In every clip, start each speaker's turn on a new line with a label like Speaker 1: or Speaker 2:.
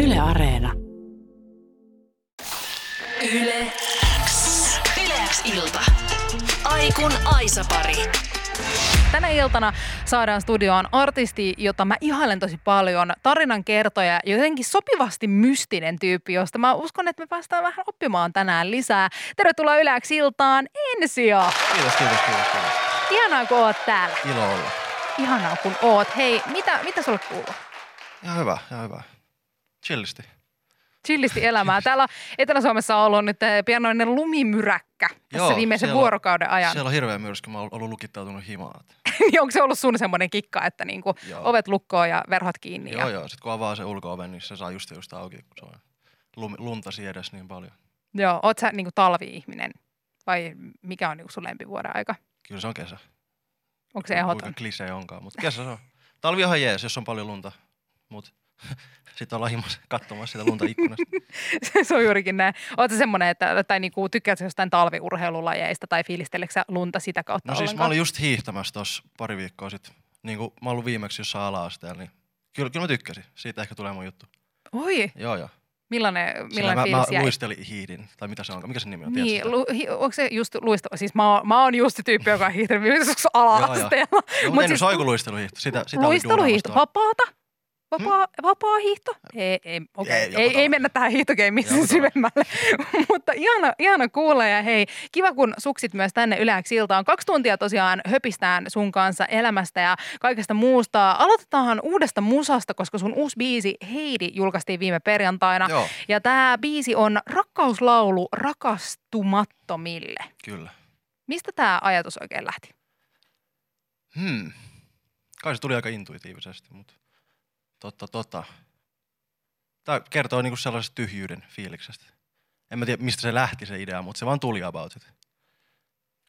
Speaker 1: Yle Areena.
Speaker 2: Yle X. Yle X ilta. Aikun Aisapari.
Speaker 3: Tänä iltana saadaan studioon artisti, jota mä ihailen tosi paljon, tarinan kertoja, jotenkin sopivasti mystinen tyyppi, josta mä uskon, että me päästään vähän oppimaan tänään lisää. Tervetuloa yläksi iltaan, Ensio!
Speaker 4: Kiitos, kiitos, kiitos, kiitos.
Speaker 3: Ihanaa, kun oot täällä.
Speaker 4: Ilo olla.
Speaker 3: Ihanaa, kun oot. Hei, mitä, mitä sulle kuuluu?
Speaker 4: Ihan hyvä, ihan hyvä. Chillisti.
Speaker 3: Chillisti elämää. Täällä Etelä-Suomessa on ollut nyt eh, pian noinen lumimyräkkä tässä
Speaker 4: Joo,
Speaker 3: viimeisen
Speaker 4: siellä on-
Speaker 3: vuorokauden ajan.
Speaker 4: Siellä on hirveä myrsky, mä oon ollut lukittautunut himaan.
Speaker 3: niin onko se ollut sun semmoinen kikka, että niinku
Speaker 4: Joo.
Speaker 3: ovet lukkoon ja verhot kiinni?
Speaker 4: Joo,
Speaker 3: ja...
Speaker 4: joo. Sitten kun avaa sen ulko-oven, niin se saa just ja just auki, kun se on lum, lunta siedes niin paljon.
Speaker 3: Joo, oot sä niinku talvi-ihminen vai mikä on niinku sun lempivuoden aika?
Speaker 4: Kyllä se on kesä.
Speaker 3: Onko se ehdoton?
Speaker 4: Kuinka klisee onkaan, mutta kesä se on. Talvi on ihan jees, jos on paljon lunta. Mut sitten ollaan himassa katsomassa sitä lunta ikkunasta.
Speaker 3: se on juurikin näin. Oot sä semmoinen, että tai niinku, tykkäätkö sä jostain talviurheilulajeista tai fiilisteleksä sä lunta sitä kautta
Speaker 4: No siis mä
Speaker 3: ollenkaan?
Speaker 4: olin just hiihtämässä tuossa pari viikkoa sitten. Niin kuin mä olin viimeksi jossain ala-asteella, niin kyllä, kyllä mä tykkäsin. Siitä ehkä tulee mun juttu.
Speaker 3: Oi,
Speaker 4: Joo, joo.
Speaker 3: millainen,
Speaker 4: Sillä
Speaker 3: millainen
Speaker 4: mä,
Speaker 3: fiilis
Speaker 4: mä
Speaker 3: jäi?
Speaker 4: luistelin hiidin, tai mitä se on, mikä se nimi on? tiedätkö sitä?
Speaker 3: Niin, lu, hi, onko se just luisto? Siis mä oon, mä oon just se tyyppi, joka on hiihtänyt viimeisessä ala-asteella.
Speaker 4: Joo,
Speaker 3: Mut
Speaker 4: mutta siis... soikuluisteluhiihto, sitä, sitä oli
Speaker 3: Luisteluhiihto,
Speaker 4: duunamassa
Speaker 3: vapaata? Vapaa, vapaa hiihto? Ei, ei, okay.
Speaker 4: Ei,
Speaker 3: ei,
Speaker 4: joka
Speaker 3: ei, ei
Speaker 4: tavalla.
Speaker 3: mennä tähän hiihtokeimiin
Speaker 4: Joka
Speaker 3: syvemmälle. Mutta ihana, ihana kuulla ja hei, kiva kun suksit myös tänne yläksi iltaan. Kaksi tuntia tosiaan höpistään sun kanssa elämästä ja kaikesta muusta. Aloitetaan uudesta musasta, koska sun uusi biisi Heidi julkaistiin viime perjantaina.
Speaker 4: Joo,
Speaker 3: Ja tämä biisi on rakkauslaulu rakastumattomille.
Speaker 4: kyllä.
Speaker 3: Mistä tämä ajatus oikein lähti?
Speaker 4: Hmm. Kai se tuli aika intuitiivisesti, mutta totta, totta. Tämä kertoo niinku sellaisesta tyhjyyden fiiliksestä. En mä tiedä, mistä se lähti se idea, mutta se vaan tuli about it.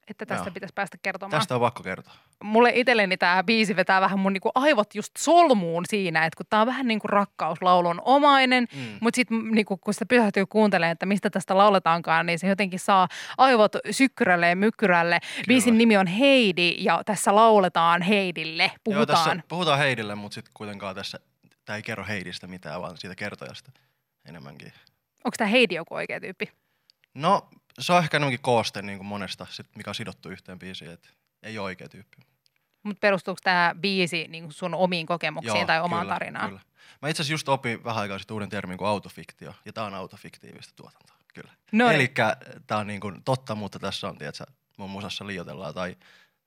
Speaker 3: Että tästä
Speaker 4: Joo.
Speaker 3: pitäisi päästä kertomaan.
Speaker 4: Tästä on pakko kertoa.
Speaker 3: mulle itselleni tämä biisi vetää vähän mun niinku aivot just solmuun siinä, että kun tämä on vähän niin kuin rakkauslaulun omainen,
Speaker 4: Mm.
Speaker 3: mutta sitten niinku, kun sitä pysähtyy kuuntelemaan, että mistä tästä lauletaankaan, niin se jotenkin saa aivot sykkyrälle ja mykkyrälle. Biisin nimi on Heidi ja tässä lauletaan Heidille,
Speaker 4: Joo, tässä
Speaker 3: puhutaan.
Speaker 4: puhutaan Heidille, mutta sitten kuitenkaan tässä, tämä ei kerro Heidistä mitään, vaan siitä kertojasta enemmänkin.
Speaker 3: Onko tämä Heidi joku oikea tyyppi?
Speaker 4: No, se on ehkä enemmänkin kooste niin kuin monesta, sit, mikä on sidottu yhteen biisiin, että ei ole oikea tyyppi.
Speaker 3: Mutta perustuuko tämä biisi niinku sun omiin kokemuksiin
Speaker 4: Joo,
Speaker 3: tai omaan tarinaan?
Speaker 4: Kyllä. Mä itse asiassa just opin vähän aikaa sitten uuden termin kuin autofiktio, ja tää on autofiktiivistä tuotantoa, kyllä.
Speaker 3: No niin.
Speaker 4: Eli tää on niin kuin totta, mutta tässä on, tiedätkö, mun musassa liioitellaan, tai,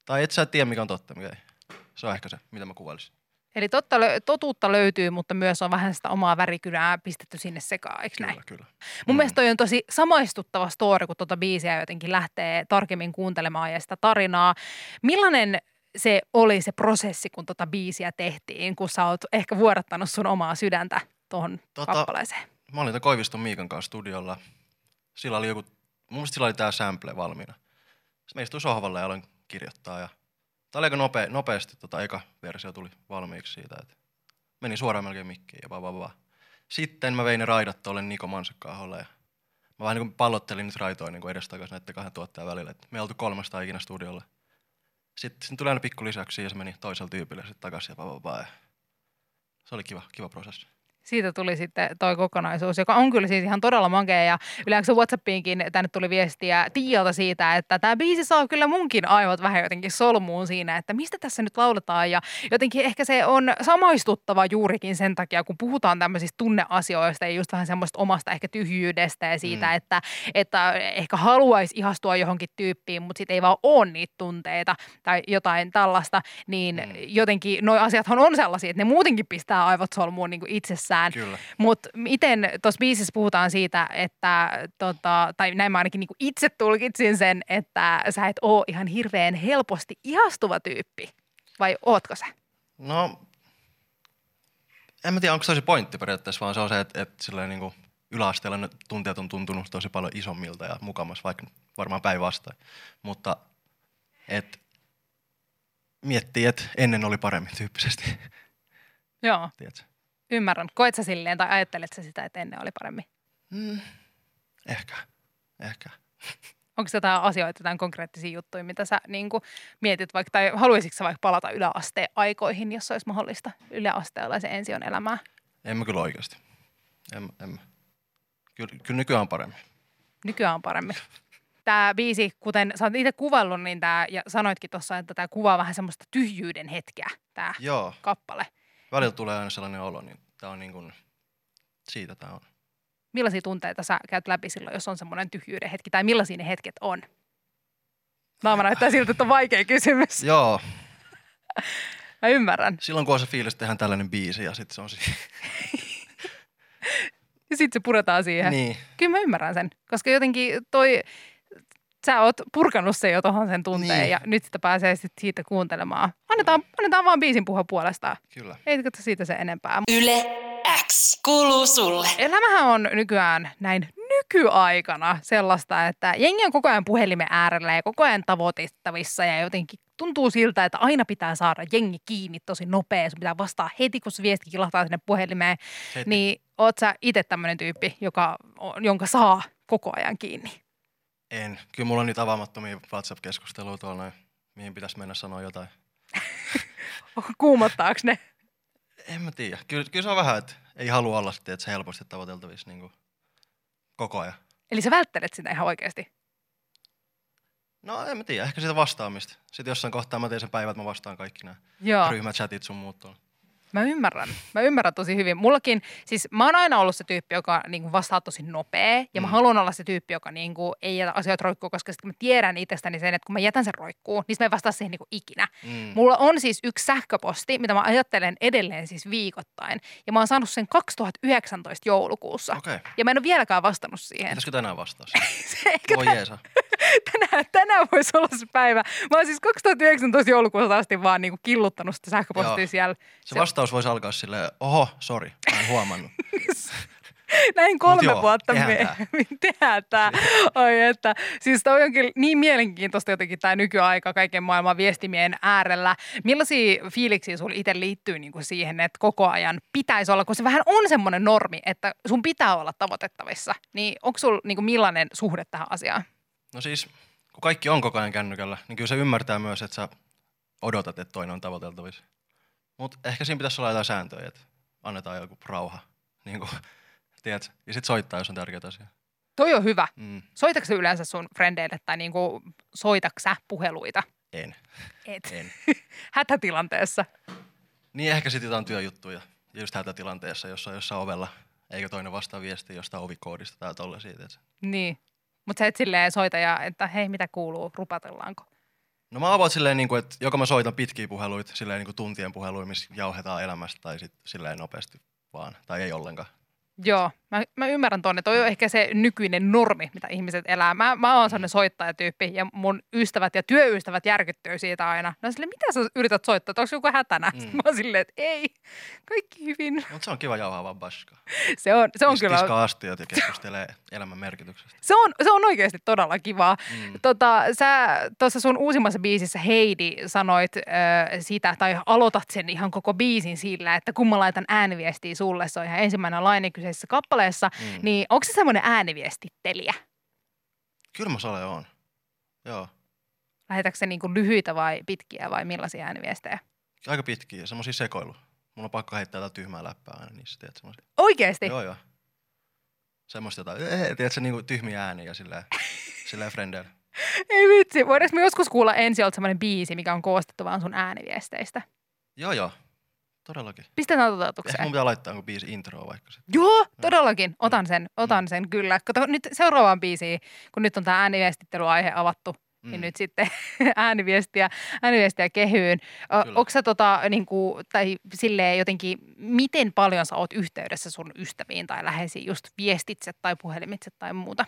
Speaker 4: tai et sä tiedä mikä on totta, mikä ei. Se on ehkä se, mitä mä kuvailisin.
Speaker 3: Eli totta, lö- totuutta löytyy, mutta myös on vähän sitä omaa värikynää pistetty sinne sekaan, eikö näin?
Speaker 4: Kyllä, kyllä. Mm.
Speaker 3: Mun mielestä toi on tosi samaistuttava story, kun tuota biisiä jotenkin lähtee tarkemmin kuuntelemaan ja sitä tarinaa. Millainen se oli se prosessi, kun tuota biisiä tehtiin, kun sä oot ehkä vuodattanut sun omaa sydäntä tuohon tota,
Speaker 4: Tota-
Speaker 3: kappaleeseen?
Speaker 4: Mä olin tän Koiviston Miikan kanssa studiolla. Sillä oli joku, mun mielestä sillä oli tää sample valmiina. Sitten mä istuin sohvalle ja aloin kirjoittaa. Ja... Tää oli aika nopea, nopeasti, tota eka versio tuli valmiiksi siitä. Et meni suoraan melkein mikkiin ja vaan, vaan, vaan. Sitten mä vein ne raidat tuolle Niko Mansakkaaholle ja mä vähän niin kuin pallottelin nyt raitoa niin edestakaisin näiden kahden tuottajan välillä. Et me ei oltu kolmesta ikinä studiolla. Sitten siinä tuli aina pikku lisäksi ja se meni toisella tyypillä sitten takaisin ja vaan, vaan, vaan. ja Se oli kiva, kiva prosessi.
Speaker 3: Siitä tuli sitten toi kokonaisuus, joka on kyllä siis ihan todella makea. Ja yleensä Whatsappiinkin tänne tuli viestiä Tiialta siitä, että tämä biisi saa kyllä munkin aivot vähän jotenkin solmuun siinä, että mistä tässä nyt lauletaan. Ja jotenkin ehkä se on samaistuttava juurikin sen takia, kun puhutaan tämmöisistä tunneasioista ja just vähän semmoista omasta ehkä tyhjyydestä ja siitä, mm.
Speaker 4: Mm.
Speaker 3: että, että ehkä haluaisi ihastua johonkin tyyppiin, mutta sitten ei vaan ole niitä tunteita tai jotain tällaista, niin mm.
Speaker 4: Mm.
Speaker 3: jotenkin noi asiathan on sellaisia, että ne muutenkin pistää aivot solmuun niin kuin itsessään.
Speaker 4: Kyllä.
Speaker 3: Mutta miten tuossa biisissä puhutaan siitä, että tota, tai näin mä ainakin niinku itse tulkitsin sen, että sä et oo ihan hirveän helposti ihastuva tyyppi. Vai ootko sä?
Speaker 4: No, en mä tiedä, onko se se pointti periaatteessa, vaan se on se, että, että silleen niin kuin yläasteella ne tunteet on tuntunut tosi paljon isommilta ja mukamas, vaikka varmaan päinvastoin. Mutta et, miettii, että ennen oli paremmin tyyppisesti,
Speaker 3: Joo,
Speaker 4: tiedätkö?
Speaker 3: ymmärrän. Koet sä silleen tai ajattelet sä sitä, että ennen oli paremmin?
Speaker 4: Mm, ehkä, ehkä.
Speaker 3: Onko jotain asioita, jotain konkreettisia juttuja, mitä sä niinku mietit vaikka, tai haluaisitko sä vaikka palata yläasteen aikoihin, jos se olisi mahdollista yläasteella se ension elämää?
Speaker 4: En mä kyllä oikeasti. En, en. mä. Kyllä, kyllä nykyään on paremmin.
Speaker 3: Nykyään on paremmin. Tämä biisi, kuten sä oot itse kuvaillut, niin tää, ja sanoitkin tuossa, että tämä kuvaa vähän semmoista tyhjyyden hetkeä, tämä
Speaker 4: Joo,
Speaker 3: kappale.
Speaker 4: välillä tulee aina sellainen olo, niin tämä on niin kuin, siitä tämä on.
Speaker 3: Millaisia tunteita sä käyt läpi silloin, jos on semmoinen tyhjyyden hetki, tai millaisia ne hetket on? Naama näyttää siltä, että on vaikea kysymys.
Speaker 4: Joo,
Speaker 3: Mä ymmärrän.
Speaker 4: silloin kun on se fiilis, että tehdään tällainen biisi ja sitten se on siinä.
Speaker 3: Ja sitten se puretaan siihen.
Speaker 4: niin,
Speaker 3: Kyllä mä ymmärrän sen, koska jotenkin toi, sä oot purkanut sen jo tuohon sen tunteen
Speaker 4: Niin.
Speaker 3: ja nyt sitä pääsee sit siitä kuuntelemaan. Annetaan, annetaan vaan biisin puhua puolestaan.
Speaker 4: kyllä.
Speaker 3: Ei katso siitä se enempää.
Speaker 2: Yle X kuuluu sulle.
Speaker 3: Elämähän on nykyään näin nykyaikana sellaista, että jengi on koko ajan puhelimen äärellä ja koko ajan tavoitettavissa ja jotenkin tuntuu siltä, että aina pitää saada jengi kiinni tosi nopea. Sun pitää vastaa heti, kun se viesti kilahtaa sinne puhelimeen.
Speaker 4: Heti.
Speaker 3: Niin oot sä itse tämmöinen tyyppi, joka, on- jonka saa koko ajan kiinni.
Speaker 4: En. Kyllä mulla on niitä avaamattomia WhatsApp-keskusteluja tuolla, noin, mihin pitäisi mennä sanoa jotain.
Speaker 3: Kuumottaako ne?
Speaker 4: En mä tiedä. Kyllä, kyllä se on vähän, että ei halua olla sitten, että se helposti tavoiteltavissa niin kuin, koko ajan.
Speaker 3: Eli sä välttelet sitä ihan oikeasti.
Speaker 4: No en mä tiedä, ehkä sitä vastaamista. Sitten jossain kohtaa mä teen sen päivän, että mä vastaan kaikki nämä
Speaker 3: Joo,
Speaker 4: ryhmächatit sun muut tuolla.
Speaker 3: mä ymmärrän. Mä ymmärrän tosi hyvin. Mullakin, siis mä oon aina ollut se tyyppi, joka niin kuin vastaa tosi nopea. Ja mä
Speaker 4: Mm.
Speaker 3: haluan olla se tyyppi, joka niin kuin, ei jätä asioita roikkuu, koska sitten mä tiedän itsestäni sen, että kun mä jätän sen roikkuun, niin sit mä en vastaa siihen niin kuin ikinä.
Speaker 4: Mm.
Speaker 3: Mulla on siis yksi sähköposti, mitä mä ajattelen edelleen siis viikoittain. Ja mä oon saanut sen 2019 joulukuussa.
Speaker 4: Okei. Okay.
Speaker 3: Ja mä en ole vieläkään vastannut siihen.
Speaker 4: Pitäisikö tänään vastaa? siihen?
Speaker 3: Se ehkä
Speaker 4: Voi jeesa.
Speaker 3: tänään, tänään voisi olla se päivä. Mä oon siis 2019 joulukuussa asti vaan niinku killuttanut sitä sähköpostia
Speaker 4: Joo.
Speaker 3: siellä.
Speaker 4: Se vastaus voisi alkaa silleen, oho, sori, mä en huomannut.
Speaker 3: Näin kolme
Speaker 4: joo,
Speaker 3: vuotta
Speaker 4: tehdään
Speaker 3: me tehdään tämä. Oi, että, siis toi on kyllä niin mielenkiintoista jotenkin tämä nykyaika kaiken maailman viestimien äärellä. Millaisia fiiliksiä sulla itse liittyy niinku siihen, että koko ajan pitäisi olla, kun se vähän on semmoinen normi, että sun pitää olla tavoitettavissa. Niin onko sulla niinku millainen suhde tähän asiaan?
Speaker 4: No siis, kun kaikki on koko ajan kännykällä, niin kyllä se ymmärtää myös, että sä odotat, että toinen on tavoiteltavissa. Mutta ehkä siinä pitäisi olla jotain sääntöjä, että annetaan joku rauha. Niin kuin, tiedät, ja sitten soittaa, jos on tärkeitä asia.
Speaker 3: Toi on hyvä.
Speaker 4: Mm,
Speaker 3: Soitatko sä yleensä sun frendeille tai niinku, soitatko sä puheluita?
Speaker 4: en,
Speaker 3: Et.
Speaker 4: en.
Speaker 3: Hätätilanteessa.
Speaker 4: Niin ehkä sitten jotain työjuttuja, just hätätilanteessa, jossa on jossain ovella, eikä toinen vastaa viestiä jostain ovikoodista tai tollasia. tiedät sä.
Speaker 3: Niin. Mutta sä et silleen soita ja, että hei, mitä kuuluu, rupatellaanko?
Speaker 4: No mä avaat silleen, niin kuin, että joko mä soitan pitkiä puheluita, silleen niin kuin tuntien puheluita, missä jauhetaan elämästä, tai sitten silleen nopeasti vaan, tai ei ollenkaan.
Speaker 3: Joo, mä, mä ymmärrän tuonne. Toi on ehkä se nykyinen normi, mitä ihmiset elää. Mä, mä oon sellainen soittajatyyppi ja mun ystävät ja työystävät järkyttyy siitä aina. No sille, mitä sä yrität soittaa? Onko joku hätänä?
Speaker 4: Mm.
Speaker 3: Mm. Mä oon silleen, että ei, kaikki hyvin.
Speaker 4: Mutta se on kiva jauhaa vaan baskaa.
Speaker 3: Se on, se on
Speaker 4: Istuu
Speaker 3: kyllä...
Speaker 4: Tiskaa astiat ja keskustelee elämän merkityksestä.
Speaker 3: Se on, se on oikeasti todella kivaa.
Speaker 4: Mm.
Speaker 3: Tota, sä tuossa sun uusimmassa biisissä Heidi sanoit ö, sitä, tai aloitat sen ihan koko biisin sillä, että kun mä laitan ääniviestiä sulle, se on ihan ensimmäinen laine kyseisessä kappaleessa,
Speaker 4: Mm. Niin.
Speaker 3: niin onko se semmoinen ääniviestittelijä?
Speaker 4: Kyllä mä sale on. Joo.
Speaker 3: Lähetätkö se niinku lyhyitä vai pitkiä vai millaisia ääniviestejä?
Speaker 4: Aika pitkiä, semmosia sekoilu. Mun on pakko heittää jotain tyhmää läppää aina niissä, tiedät semmosia.
Speaker 3: Oikeasti?
Speaker 4: Joo, joo. Semmoista jotain, ee, tiedätkö, niinku tyhmiä ääniä silleen, silleen frendeillä.
Speaker 3: Ei vitsi. Voidaanko me joskus kuulla ensi olta semmoinen biisi, mikä on koostettu vaan sun ääniviesteistä?
Speaker 4: Joo, joo. Todellakin.
Speaker 3: Pistetään
Speaker 4: Ehkä
Speaker 3: toteutukseen.
Speaker 4: mun Mm. pitää laittaa joku biisi introa vaikka sit.
Speaker 3: Joo, todellakin. Otan sen, otan sen kyllä. Kato, nyt seuraavaan biisiin, kun nyt on tämä ääniviestittelyaihe avattu, mm. niin nyt sitten ääniviestiä, ääniviestiä kehyyn.
Speaker 4: Kyllä.
Speaker 3: Onko sä tota, niin kuin, tai silleen jotenkin, miten paljon sä oot yhteydessä sun ystäviin tai läheisiin just viestitse tai puhelimitse tai muuta?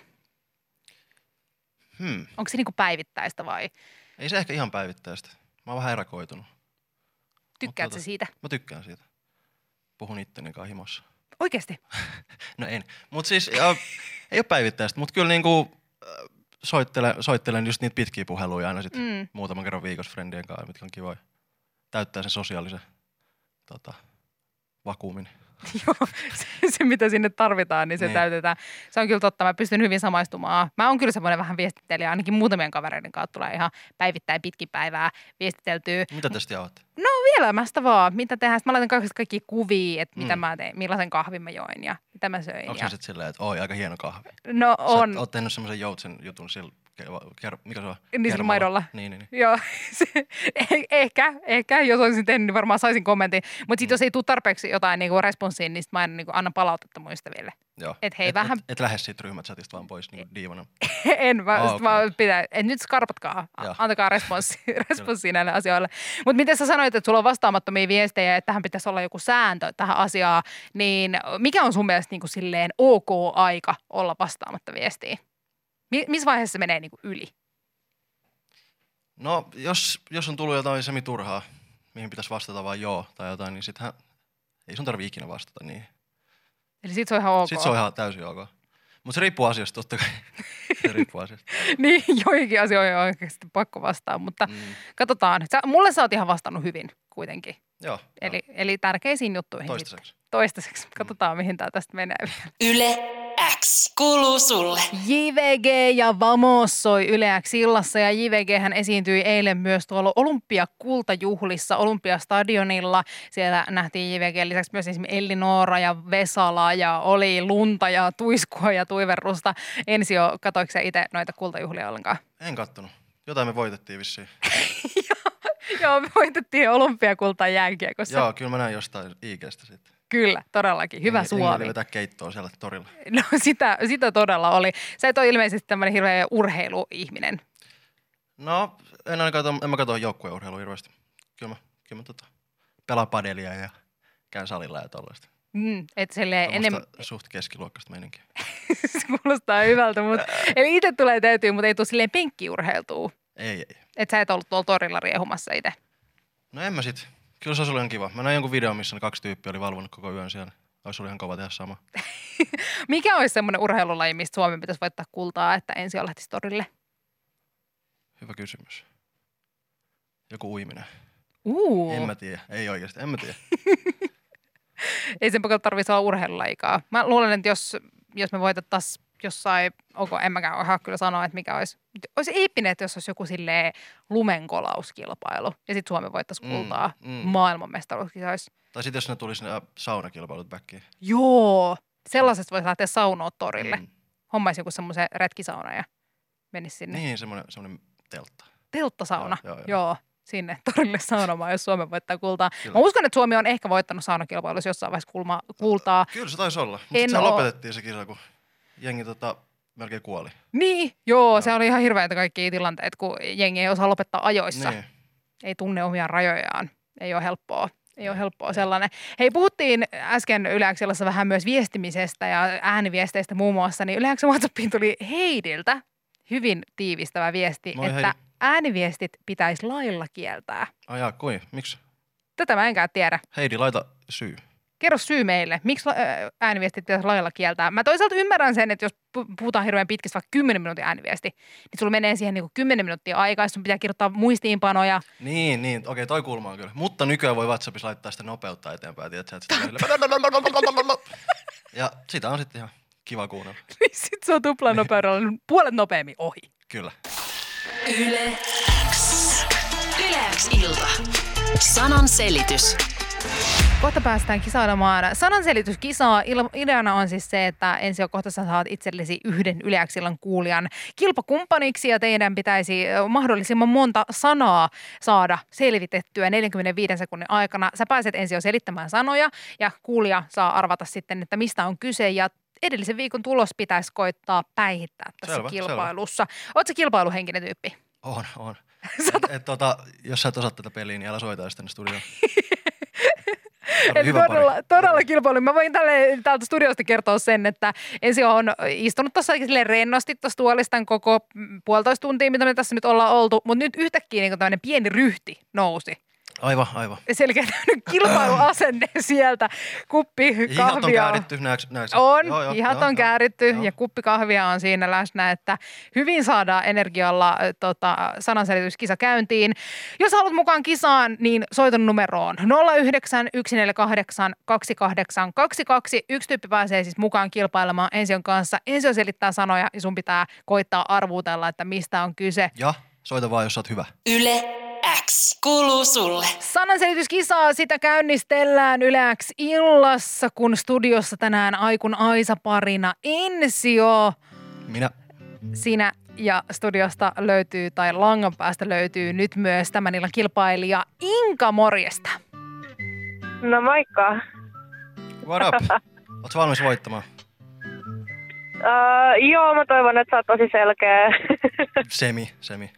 Speaker 4: Hmm.
Speaker 3: Onko se niin kuin päivittäistä vai
Speaker 4: Ei se ehkä ihan päivittäistä. Mä oon vähän erakoitunut.
Speaker 3: tykkäät
Speaker 4: tota-
Speaker 3: sä siitä?
Speaker 4: Mä tykkään siitä. Puhun itteni kanssa himossa.
Speaker 3: Oikeasti?
Speaker 4: No en. Mutta siis ja, ei ole päivittäistä, mutta kyllä niinku, äh, soittelen, soittelen just niitä pitkiä puheluja aina sitten mm.
Speaker 3: Mm.
Speaker 4: muutaman kerran viikossa friendien kanssa, mitkä on kivoja. Täyttää sen sosiaalisen tota, vakuumin.
Speaker 3: Joo, se, se mitä sinne tarvitaan, niin se
Speaker 4: Niin.
Speaker 3: niin. täytetään. Se on kyllä totta, mä pystyn hyvin samaistumaan. Mä oon kyllä semmoinen vähän viestittelijä, ainakin muutamien kavereiden kautta tulee ihan päivittäin pitkin päivää viestiteltyä.
Speaker 4: Mitä tästä jauhat?
Speaker 3: Elämästä vaan, mitä tehdään. Sitten mä laitan kaikki, kaikki kuvia, että mitä
Speaker 4: Mm.
Speaker 3: mm. mä tein, millaisen kahvin mä join ja mitä mä söin.
Speaker 4: Onko
Speaker 3: ja...
Speaker 4: se sitten silleen, että oi, aika hieno kahvi?
Speaker 3: No on.
Speaker 4: Sä oot tehnyt semmoisen joutsen jutun sillä, ke- ker- mikä se on?
Speaker 3: Niin sillä
Speaker 4: Kermalla.
Speaker 3: maidolla.
Speaker 4: Niin, niin, niin.
Speaker 3: Joo, se, eh- ehkä, ehkä, jos olisin tehnyt, niin varmaan saisin kommentin. Mutta
Speaker 4: Mm.
Speaker 3: sitten jos ei tule tarpeeksi jotain niinku responssiin, niin sit mä en niinku anna palautetta muistaville.
Speaker 4: Joo.
Speaker 3: Et hei, vähän-
Speaker 4: Et, et lähde siitä ryhmät chatista vaan pois niin diivana.
Speaker 3: en mä,
Speaker 4: Aa,
Speaker 3: oh,
Speaker 4: Ah, okei.
Speaker 3: okay. mä pitää, et nyt skarpatkaa, A-
Speaker 4: Joo.
Speaker 3: antakaa responssi, responssi näille asioille. Mutta miten sä sanoit, että sulla on vastaamattomia viestejä, että tähän pitäisi olla joku sääntö tähän asiaan, niin mikä on sun mielestä niinku silleen ok aika olla vastaamatta viestiin? Mi- missä vaiheessa se menee niinku yli?
Speaker 4: No, jos, jos on tullut jotain semi turhaa, mihin pitäisi vastata vaan joo tai jotain, niin sittenhän ei sun tarvi ikinä vastata niin.
Speaker 3: Eli sit se on ihan ok.
Speaker 4: Sitten se on ihan täysin ok. Mutta se riippuu asiasta totta kai. se riippuu asiasta.
Speaker 3: niin, joihinkin asioihin on oikeasti pakko vastaa, mutta
Speaker 4: Mm,
Speaker 3: Katsotaan. Sä, mulle sä oot ihan vastannut hyvin kuitenkin.
Speaker 4: joo,
Speaker 3: Eli, eli tärkeisiin juttuihin.
Speaker 4: joo. toistaiseksi.
Speaker 3: Sitten. Toistaiseksi. Katsotaan, mihin tää tästä menee. vielä.
Speaker 2: Yle X kuuluu sulle.
Speaker 3: JVG ja Vamos soi yleäksi illassa ja JVG hän esiintyi eilen myös tuolla Olympiakultajuhlissa Olympiastadionilla. Siellä nähtiin JVG lisäksi myös esimerkiksi Elli Noora ja Vesala ja oli lunta ja tuiskua ja tuiverrusta. Ensi jo, katoiko sä itse noita kultajuhlia ollenkaan?
Speaker 4: En kattonut. Jotain me voitettiin vissiin.
Speaker 3: Joo, me voitettiin olympiakultaa jääkiekossa.
Speaker 4: Joo, kyllä mä näin jostain IGstä sitten.
Speaker 3: Kyllä, todellakin. Hyvä
Speaker 4: Jengi- jengi
Speaker 3: Suomi.
Speaker 4: oli vetää keittoa siellä torilla.
Speaker 3: No sitä, sitä todella oli. Sä et ole ilmeisesti tämmöinen hirveä urheiluihminen.
Speaker 4: No, en ainakaan, kato- en mä katso joukkueurheilua hirveästi. Kyllä mä, kyllä mä tota, pelaan padelia ja käyn salilla ja tollaista.
Speaker 3: Mm, et silleen
Speaker 4: Enem...
Speaker 3: enemmän,
Speaker 4: suht keskiluokkaista meininkiä.
Speaker 3: se kuulostaa hyvältä, mutta eli itse tulee täytyy, mutta ei tule silleen penkkiurheiltua.
Speaker 4: Ei, ei.
Speaker 3: Et sä et ollut tuolla torilla riehumassa itse.
Speaker 4: No en mä sit. Kyllä se olisi ollut ihan kiva. Mä näin jonkun videon, missä ne kaksi tyyppiä oli valvonut koko yön siellä. Olisi ollut ihan kova tehdä sama.
Speaker 3: Mikä olisi semmoinen urheilulaji, mistä Suomen pitäisi voittaa kultaa, että ensin jo lähtisi torille?
Speaker 4: Hyvä kysymys. Joku uiminen.
Speaker 3: Uu,
Speaker 4: En mä tiedä. Ei oikeasti. En mä tiedä.
Speaker 3: ei sen pakko tarvitse olla urheilulajikaa. Mä luulen, että jos, jos me voitettaisiin jossain, onko, en mäkään osaa kyllä sanoa, että mikä olisi. Olisi eeppinen, että jos olisi joku silleen lumenkolauskilpailu ja sitten Suomi voittaisi
Speaker 4: Mm,
Speaker 3: kultaa.
Speaker 4: mm.
Speaker 3: maailmanmestaruuskisoissa.
Speaker 4: Tai sitten jos ne tulisi ne ä, saunakilpailut backiin.
Speaker 3: Joo, sellaisesta voisi lähteä saunoa torille. Mm.
Speaker 4: Mm.
Speaker 3: Hommaisi joku semmoisen retkisauna ja menisi sinne. Niin.
Speaker 4: Niin, semmoinen, semmoinen teltta.
Speaker 3: Telttasauna,
Speaker 4: Joo,
Speaker 3: joo,
Speaker 4: joo,
Speaker 3: joo,
Speaker 4: joo.
Speaker 3: joo. joo sinne torille saunomaan, jos Suomi voittaa kultaa.
Speaker 4: Kyllä.
Speaker 3: Mä uskon, että Suomi on ehkä voittanut saunakilpailussa jossain vaiheessa kulma, kultaa.
Speaker 4: Kyllä se taisi olla.
Speaker 3: En
Speaker 4: Mutta se
Speaker 3: oo.
Speaker 4: lopetettiin se kisa, kun jengi tota, melkein kuoli.
Speaker 3: Niin, joo, joo. se oli ihan hirveitä kaikki tilanteet, kun jengi ei osaa lopettaa ajoissa.
Speaker 4: Niin.
Speaker 3: ei tunne omia rajojaan. Ei ole helppoa. Ei
Speaker 4: Niin.
Speaker 3: ole helppoa sellainen. Hei, puhuttiin äsken Yleäksellassa vähän myös viestimisestä ja ääniviesteistä muun muassa, niin Yleäksen WhatsAppiin tuli Heidiltä hyvin tiivistävä viesti,
Speaker 4: Moi,
Speaker 3: että
Speaker 4: Heidi.
Speaker 3: ääniviestit pitäisi lailla kieltää.
Speaker 4: Ajaa, kui? Miksi?
Speaker 3: Tätä mä enkään tiedä.
Speaker 4: Heidi, laita syy.
Speaker 3: Kerro syy meille, miksi la- ö, ääniviestit pitäisi lailla kieltää. Mä toisaalta ymmärrän sen, että jos pu- puhutaan hirveän pitkistä, vaikka 10 minuutin ääniviesti, niin sulla menee siihen niin 10 minuuttia aikaa, sun pitää kirjoittaa muistiinpanoja,
Speaker 4: Niin, niin. Okei, toi kulma on kyllä. Mutta nykyään voi WhatsAppissa laittaa sitä nopeutta eteenpäin, tiedätkö, että sitä Ja sitä on sitten ihan kiva kuunnella.
Speaker 3: niin sit se on tuplanopeudella puolet nopeammin ohi.
Speaker 4: Kyllä.
Speaker 2: Yle X. Yle X ilta. Sanan selitys.
Speaker 3: Kohta päästään kisailemaan. Sananselityskisaa Il- ideana on siis se, että ensi jo kohta sä saat itsellesi yhden yleäksillan kuulijan kilpakumppaniksi ja teidän pitäisi ö, mahdollisimman monta sanaa saada selvitettyä 45 sekunnin aikana. Sä pääset ensin jo selittämään sanoja ja kuulija saa arvata sitten, että mistä on kyse ja edellisen viikon tulos pitäisi koittaa päihittää tässä
Speaker 4: Selvä,
Speaker 3: selvä,
Speaker 4: selvä.
Speaker 3: kilpailussa. Oletko kilpailuhenkinen tyyppi?
Speaker 4: On, on. Et, et, tota, jos sä et osaa tätä peliä, niin älä soita edes tänne studioon. Oli
Speaker 3: Eli
Speaker 4: hyvä
Speaker 3: todella,
Speaker 4: pari.
Speaker 3: todella kilpailu. Mä voin tälle, täältä studiosta kertoa sen, että ensi on istunut tuossa sille rennosti tuossa tuolissa tämän koko mm, puolitoista tuntia, mitä me tässä nyt ollaan oltu, mutta nyt yhtäkkiä niin tämmöinen pieni niinku ryhti nousi.
Speaker 4: Aivan, aivan.
Speaker 3: selkeytynyt kilpailuasenne sieltä. Kuppi
Speaker 4: Ja hihat on
Speaker 3: kahvia
Speaker 4: kääritty, näetkö, näetkö?
Speaker 3: on, joo, joo, hihat on kääritty
Speaker 4: joo.
Speaker 3: ja kuppi kahvia on siinä läsnä, että hyvin saadaan energialla äh, tota, sananselityskisa käyntiin. Jos haluat mukaan kisaan, niin soita numeroon 09 148 2822. Yksi tyyppi pääsee siis mukaan kilpailemaan Ension kanssa. Ensio selittää sanoja ja sun pitää koittaa arvuutella, että mistä on kyse.
Speaker 4: Ja soita vaan, jos sä oot hyvä.
Speaker 2: Yle X kuuluu sulle.
Speaker 3: Sananselityskisaa sitä käynnistellään yläks illassa, kun studiossa tänään Aikun Aisa parina Ensio.
Speaker 4: Minä.
Speaker 3: Sinä ja studiosta löytyy, tai langan päästä löytyy nyt myös tämän illan kilpailija Inka Morjesta.
Speaker 1: No moikka.
Speaker 4: What up? Oots valmis voittamaan?
Speaker 1: Uh, joo, mä toivon, että sä oot tosi selkeä.
Speaker 4: Semi, semi.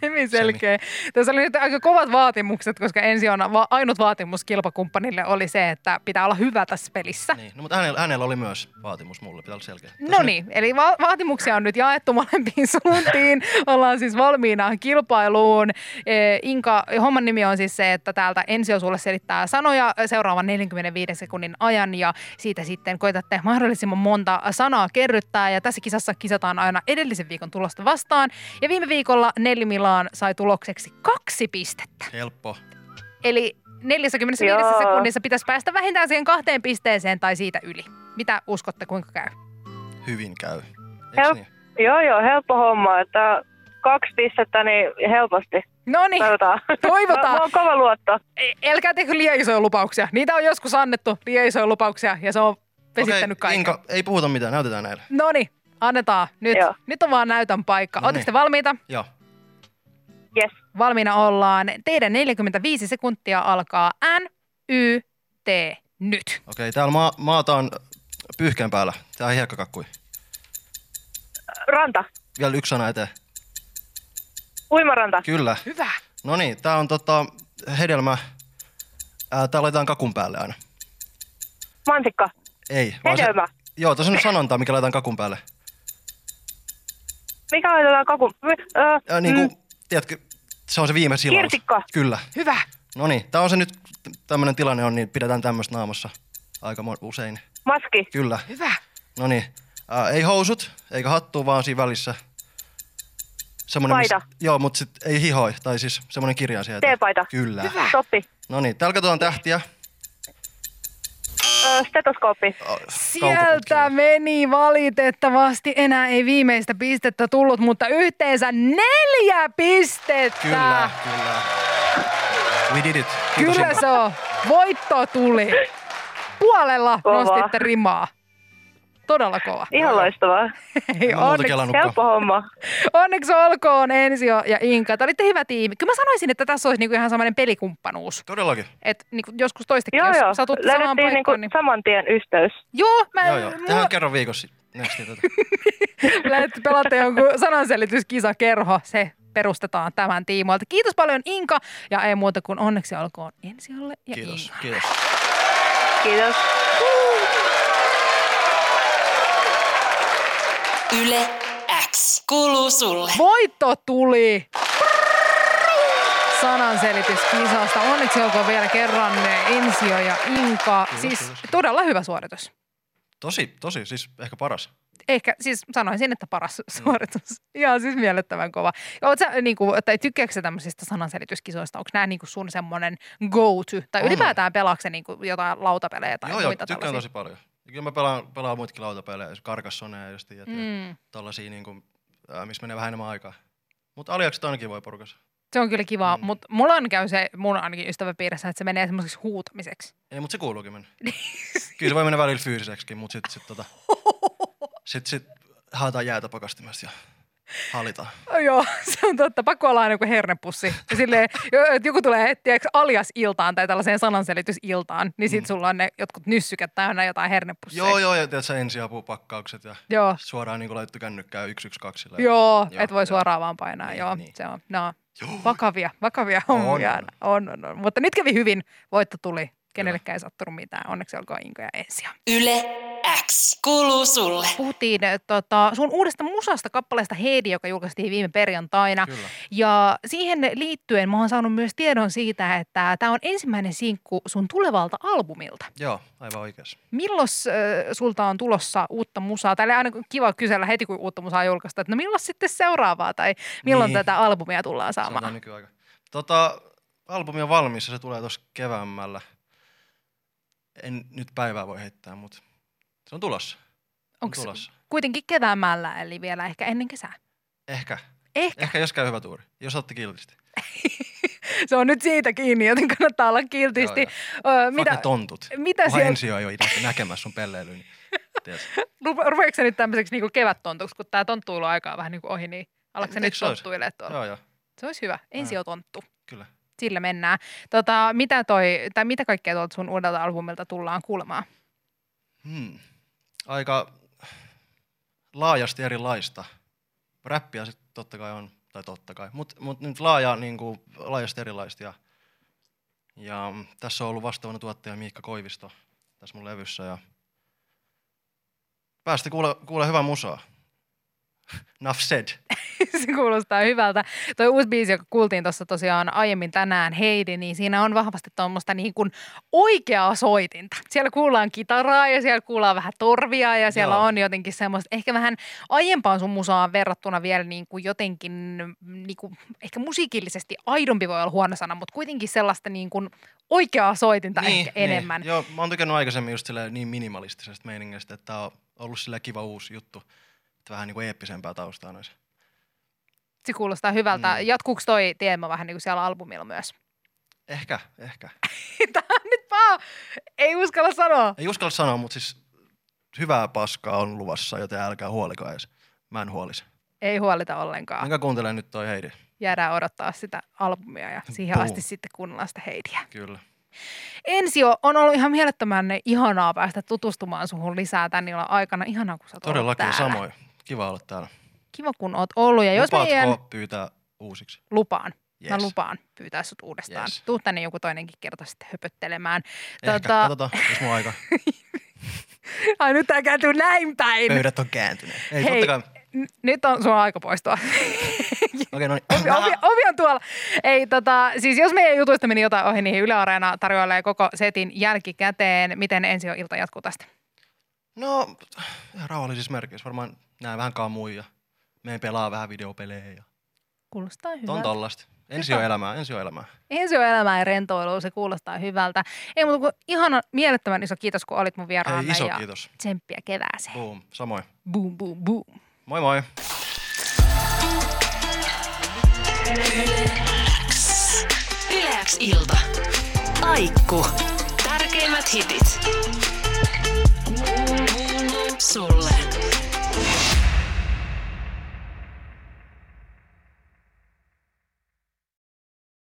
Speaker 3: Semi selkeä. Tässä oli nyt aika kovat vaatimukset, koska ensi on va- ainut vaatimus kilpakumppanille oli se, että pitää olla hyvä tässä pelissä.
Speaker 4: Niin. No, mutta hänellä, hänellä oli myös vaatimus mulle, pitää olla selkeä. Tässä
Speaker 3: No niin, eli va- vaatimuksia on nyt jaettu molempiin suuntiin. Ollaan siis valmiina kilpailuun. Ee, Inka, homman nimi on siis se, että täältä Ensio sulle selittää sanoja seuraavan 45 sekunnin ajan ja siitä sitten koitatte mahdollisimman monta sanaa kerryttää ja tässä kisassa kisataan aina edellisen viikon tulosta vastaan. Ja viime viikolla Nelmilaan sai tulokseksi kaksi pistettä.
Speaker 4: nyt Helppo.
Speaker 3: Eli 45
Speaker 1: Joo.
Speaker 3: sekunnissa pitäisi päästä vähintään siihen kahteen pisteeseen tai siitä yli. Mitä uskotte, kuinka käy?
Speaker 4: Hyvin käy. Eiks
Speaker 1: Help-
Speaker 4: niin?
Speaker 1: joo, joo, helppo homma. Että kaksi pistettä, niin helposti.
Speaker 3: No niin.
Speaker 1: Toivotaan.
Speaker 3: Toivotaan.
Speaker 1: Mulla on kova luotto.
Speaker 3: E- älkää tehkö liian isoja lupauksia. Niitä on joskus annettu liian isoja lupauksia ja se on vesittänyt okay, kaiken.
Speaker 4: Inka, ei puhuta mitään, näytetään näille.
Speaker 3: No niin, annetaan. Nyt,
Speaker 1: Joo.
Speaker 3: nyt on vaan näytön paikka.
Speaker 4: Noniin.
Speaker 3: Oletteko te valmiita?
Speaker 4: Joo.
Speaker 1: Yes.
Speaker 3: Valmiina ollaan. Teidän 45 sekuntia alkaa N, Y, T, nyt.
Speaker 4: Okei, täällä maa, maataan pyyhkeen päällä. Tää on hiekkakakkui.
Speaker 1: Ranta.
Speaker 4: Vielä yksi sana eteen.
Speaker 1: Uimaranta.
Speaker 4: Kyllä.
Speaker 3: Hyvä.
Speaker 4: No niin, tää on tota, hedelmä. Ää, tää laitetaan kakun päälle aina.
Speaker 1: Mansikka.
Speaker 4: Ei. vaan se-
Speaker 1: Hedelmä.
Speaker 4: Joo, tässä on sanonta, mikä laitetaan kakun päälle.
Speaker 1: Mikä laitetaan kakun?
Speaker 4: Ää, niin
Speaker 1: mm,
Speaker 3: Mm.
Speaker 4: kuin, tiedätkö, se on se viime silaus.
Speaker 1: Kirsikka.
Speaker 4: Kyllä.
Speaker 3: Hyvä.
Speaker 4: No niin, tää on se nyt, tämmönen tilanne on, niin pidetään tämmöistä naamassa aika mo- usein.
Speaker 1: maski.
Speaker 4: Kyllä.
Speaker 3: Hyvä.
Speaker 4: No niin. Ää, ei housut, eikä hattu, vaan siinä välissä. Semmoinen,
Speaker 1: Paita.
Speaker 4: joo, mutta sit ei hihoi, tai siis semmoinen kirja sieltä.
Speaker 1: Teepaita.
Speaker 4: Kyllä.
Speaker 1: Soppi.
Speaker 4: No niin, täällä katsotaan tähtiä.
Speaker 1: Ö, stetoskooppi.
Speaker 4: Oh,
Speaker 3: Sieltä meni valitettavasti. Enää ei viimeistä pistettä tullut, mutta yhteensä neljä pistettä.
Speaker 4: Kyllä, kyllä. We did it. Kiitos
Speaker 3: Kyllä
Speaker 4: Inka.
Speaker 3: se on. Voitto tuli. Puolella
Speaker 1: Kova.
Speaker 3: nostitte rimaa. Todella kova.
Speaker 1: Ihan loistavaa.
Speaker 3: Hei,
Speaker 4: Mä oon
Speaker 3: onneksi,
Speaker 4: kelannut.
Speaker 1: Helppo homma.
Speaker 3: onneksi olkoon Ensio ja Inka. Te olitte hyvä tiimi. Kyllä mä sanoisin, että tässä olisi niinku ihan samainen pelikumppanuus.
Speaker 4: Todellakin.
Speaker 3: Et niinku joskus toistekin,
Speaker 1: Joo,
Speaker 3: jos
Speaker 1: joo.
Speaker 3: satutte samaan
Speaker 1: Löydettiin
Speaker 3: paikkaan.
Speaker 1: niinku
Speaker 3: niin...
Speaker 1: saman tien yhteys.
Speaker 3: Joo, mä
Speaker 4: Joo, joo.
Speaker 3: mulla-
Speaker 4: Tehdään kerran viikossa. Next, niin tätä.
Speaker 3: Lähdette pelaatte jonkun sananselityskisakerho. Se perustetaan tämän tiimoilta. Kiitos paljon Inka ja ei muuta kuin onneksi olkoon Ensiolle ja
Speaker 4: Kiitos,
Speaker 3: Ingalle.
Speaker 4: kiitos.
Speaker 1: Kiitos.
Speaker 2: Yle X kuuluu sulle.
Speaker 3: Voitto tuli! Sananselityskisasta. Onneksi olkoon vielä kerran ne Ensio ja Inka.
Speaker 4: Kiitos,
Speaker 3: siis
Speaker 4: kiitos.
Speaker 3: todella hyvä suoritus.
Speaker 4: Tosi, tosi, siis ehkä paras.
Speaker 3: Ehkä siis sanoisin, että paras
Speaker 4: Mm.
Speaker 3: suoritus. Ihan siis mielettömän kova. Oot sä, niin kuin, tai tykkääkö sä tämmöisistä sananselityskisoista? Onko nämä niin kuin sun semmoinen go-to? Tai
Speaker 4: On.
Speaker 3: ylipäätään pelaakse niin kuin jotain lautapelejä tai
Speaker 4: joo, joo,
Speaker 3: muita
Speaker 4: tykkään tosi
Speaker 3: tällaisia?
Speaker 4: paljon. Ja kyllä mä pelaan, pelaan muitakin lautapelejä, karkassonea just, ja mm.
Speaker 3: Mm.
Speaker 4: tällaisia, niin kuin, äh, missä menee vähän enemmän aikaa. Mutta aliakset ainakin voi porukassa.
Speaker 3: Se on kyllä kivaa,
Speaker 4: Mm.
Speaker 3: mutta mulla on käy se mun ainakin ystäväpiirissä, että se menee semmoiseksi huutamiseksi.
Speaker 4: Ei, mutta se kuuluukin mennä. kyllä se voi mennä välillä fyysiseksikin, mutta sitten sit, tota, sit, sit haetaan jäätä pakastimesta ja halitaan.
Speaker 3: Oh, Joo, se on totta. Pakko olla aina joku hernepussi. Ja silleen, jo- että joku tulee tiedätkö, alias iltaan tai tällaiseen sananselitysiltaan, niin sit sulla on ne jotkut nyssyket täynnä jotain hernepusseja.
Speaker 4: Mm. Joo, joo, ja tiedätkö, ensiapupakkaukset ja
Speaker 3: Joo,
Speaker 4: suoraan niin laittu kännykkää 112 sillä.
Speaker 3: joo,
Speaker 4: Joo,
Speaker 3: joo et voi
Speaker 4: joo.
Speaker 3: suoraan vaan painaa.
Speaker 4: Niin,
Speaker 3: joo,
Speaker 4: niin.
Speaker 3: se on. No,
Speaker 4: Joo.
Speaker 3: vakavia, vakavia hommia. On,
Speaker 4: on.
Speaker 3: on, on. Mutta nyt kävi hyvin. Voitto tuli. Kenellekään ei sattunut mitään. Onneksi olkoon Inko ja Ensia.
Speaker 2: Yle X kuuluu sulle.
Speaker 3: Puhuttiin äh, tota, sun uudesta musasta kappaleesta Heidi, joka julkaistiin viime perjantaina.
Speaker 4: Kyllä.
Speaker 3: Ja siihen liittyen mä oon saanut myös tiedon siitä, että tämä on ensimmäinen sinkku sun tulevalta albumilta.
Speaker 4: Joo, aivan oikeassa.
Speaker 3: Milloin äh, sulta on tulossa uutta musaa? Tai aina kiva kysellä heti, kun uutta musaa julkaistaan, että no milloin sitten seuraavaa tai milloin
Speaker 4: Niin.
Speaker 3: niin. tätä albumia tullaan
Speaker 4: Se on tää
Speaker 3: saamaan?
Speaker 4: nykyaika. Tota, albumi on valmis ja se tulee tuossa keväämällä. En nyt päivää voi heittää, mutta se on tulossa. On
Speaker 3: Onko
Speaker 4: tulossa.
Speaker 3: kuitenkin keväämällä, eli vielä ehkä ennen kesää?
Speaker 4: Ehkä.
Speaker 3: Ehkä.
Speaker 4: Ehkä jos käy hyvä tuuri. Jos otti kiltisti.
Speaker 3: Se on nyt siitä kiinni, joten kannattaa olla kiltisti.
Speaker 4: Joo,
Speaker 3: Öö,
Speaker 4: Mitä?
Speaker 3: mitä,
Speaker 4: ne tontut.
Speaker 3: mitä
Speaker 4: Kunhan
Speaker 3: siellä,
Speaker 4: ensi jo ei ole näkemässä sun pelleilyä. Niin, tiedät.
Speaker 3: rupe- rupeeko se nyt tämmöiseksi niinku kevättontuksi, kun tämä tonttuilu aika on vähän niinku ohi, niin alatko
Speaker 4: Mut
Speaker 3: se
Speaker 4: eikö
Speaker 3: nyt
Speaker 4: se olisi?
Speaker 3: tonttuilemaan tuolla?
Speaker 4: joo, joo,
Speaker 3: Se olisi hyvä. Ensi
Speaker 4: Joo.
Speaker 3: on tonttu.
Speaker 4: kyllä.
Speaker 3: Sillä mennään. Tota, mitä, toi, tai mitä kaikkea tuolta sun uudelta albumilta tullaan kuulemaan?
Speaker 4: Hmm. Aika laajasti erilaista. Räppiä sitten totta kai on, tai totta kai, mutta mut nyt laaja, niin kuin, laajasti erilaista. Ja, ja tässä on ollut vastaavana tuottaja Miikka Koivisto tässä mun levyssä. Ja päästi kuule, kuule hyvää musaa. Nuff said.
Speaker 3: se kuulostaa hyvältä. Toi uusi biisi, joka kuultiin tuossa tosiaan aiemmin tänään, Heidi, niin siinä on vahvasti tuommoista niin kuin oikeaa soitinta. Siellä kuullaan kitaraa ja siellä kuullaan vähän torvia ja siellä
Speaker 4: Joo.
Speaker 3: Joo. on jotenkin semmoista, ehkä vähän aiempaan sun musaan verrattuna vielä niin kuin jotenkin, niin kuin, ehkä musiikillisesti aidompi voi olla huono sana, mutta kuitenkin sellaista niin kuin oikeaa soitinta niin, ehkä enemmän.
Speaker 4: Niin. Joo, mä oon tykännyt aikaisemmin just silleen niin minimalistisesta meiningestä, että tää on ollut sille kiva uusi juttu. Että vähän niin kuin eeppisempää taustaa noissa.
Speaker 3: Se kuulostaa hyvältä.
Speaker 4: Mm.
Speaker 3: Mm. Jatkuuko toi teema vähän niin kuin siellä albumilla myös?
Speaker 4: Ehkä, ehkä.
Speaker 3: Tämä on nyt vaan, ei uskalla sanoa.
Speaker 4: Ei uskalla sanoa, mutta siis hyvää paskaa on luvassa, joten älkää huolikaa edes. Mä en huolisi.
Speaker 3: Ei huolita ollenkaan.
Speaker 4: Minkä kuuntelen nyt toi Heidi?
Speaker 3: jäädään odottaa sitä albumia ja siihen
Speaker 4: Boom.
Speaker 3: asti sitten kuunnellaan sitä Heidiä.
Speaker 4: Kyllä.
Speaker 3: Ensio, on ollut ihan mielettömän ihanaa päästä tutustumaan suhun lisää tän illan aikana. Ihanaa, kun sä oot ollut
Speaker 4: Todellakin
Speaker 3: täällä.
Speaker 4: samoin. Kiva olla täällä.
Speaker 3: Kiva, kun oot ollut. Ja jos
Speaker 4: Lupaatko
Speaker 3: meidän
Speaker 4: pyytää uusiksi?
Speaker 3: lupaan,
Speaker 4: Yes.
Speaker 3: mä lupaan pyytää sut uudestaan.
Speaker 4: Yes.
Speaker 3: Tuu tänne joku toinenkin kerta sitten höpöttelemään.
Speaker 4: Ehkä. Tota... Katsotaan, jos mun aika.
Speaker 3: ai nyt tää kääntyy näin päin.
Speaker 4: Pöydät on kääntyneet. Ei,
Speaker 3: Hei.
Speaker 4: Hei. totta kai.
Speaker 3: N- nyt on sun aika poistua.
Speaker 4: Okei, no
Speaker 3: Ovi, ovi,
Speaker 4: niin.
Speaker 3: ovi on tuolla. Ei, tota, siis jos meidän jutuista meni jotain ohi, niin Yle Areena tarjoilee koko setin jälkikäteen. Miten ensi on ilta jatkuu tästä?
Speaker 4: No, ihan rauhallisissa merkeissä. Varmaan näen vähän kamuja. Me pelaa vähän videopelejä. Ja...
Speaker 3: Kuulostaa hyvältä.
Speaker 4: Ton tollasta. Ensi on elämää, ensi on elämää.
Speaker 3: Ensi on elämää ja rentoilu, se kuulostaa hyvältä. Ei muuta kuin ihana, mielettömän iso kiitos, kun olit mun
Speaker 4: Hei,
Speaker 3: vieraana
Speaker 4: iso
Speaker 3: ja
Speaker 4: kiitos.
Speaker 3: tsemppiä kevääseen.
Speaker 4: Boom, samoin.
Speaker 3: Boom, boom, boom.
Speaker 4: Moi moi.
Speaker 2: Yle X ilta. Aikku. Tärkeimmät hitit.